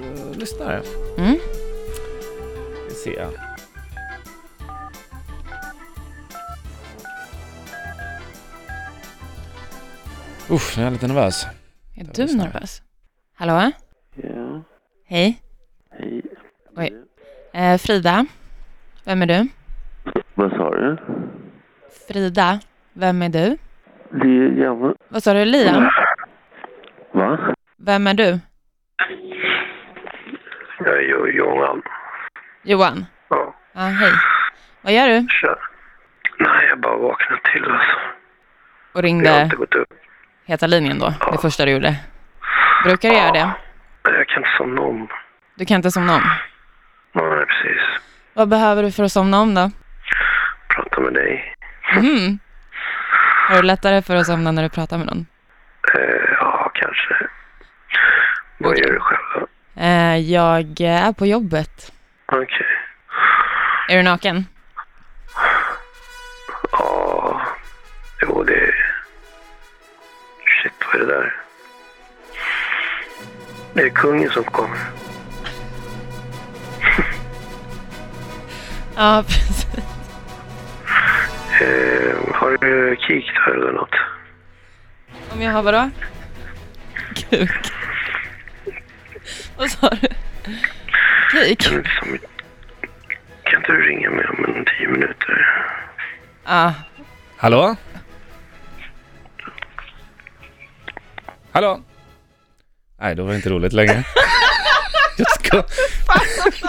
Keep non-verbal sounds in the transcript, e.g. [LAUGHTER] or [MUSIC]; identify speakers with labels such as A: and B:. A: eh, lyssnare.
B: Mm.
A: Vi ser. Uff, jag är lite nervös.
B: Är
A: Jag
B: du
A: lyssnar.
B: nervös? Hallå?
C: Ja,
B: Hej.
C: hej.
B: Oj. Eh, Frida? Vem är du?
C: Vad sa du?
B: Frida? Vem är du?
C: Det är Janne.
B: Vad sa du? Liam?
C: Va?
B: Vem är du?
C: Jag är ju Johan.
B: Johan?
C: Ja,
B: Ja, hej. Vad gör du?
C: tja. Nej, jag bara vaknade till alltså.
B: Och
C: Jag har
B: ringde
C: inte gått upp.
B: Heta linjen då, det första du gjorde. Brukar du göra det?
C: Jag kan inte somna om.
B: Du kan inte somna om.
C: Nej, precis.
B: Vad behöver du för att somna om då?
C: Prata med dig.
B: Mhm. Har du lättare för att somna när du pratar med någon?
C: Eh, ja, kanske. Vad
B: Okej.
C: gör du själv då?
B: Eh, jag är på jobbet.
C: Okej.
B: Är du naken?
C: Ja. Jo, det är... Shit, vad är det där? Det är kungen som kommer.
B: Ja, [LAUGHS] precis.
C: Eh, har du kik där eller något?
B: Om jag har vadå? Kuk. Vad sa du? Kuk?
C: Kan inte, som, kan inte du ringa mig om en tio minuter?
B: Ja.
A: Hallå? [LAUGHS] Hallå? Nej, då var det inte roligt längre. Jag ska...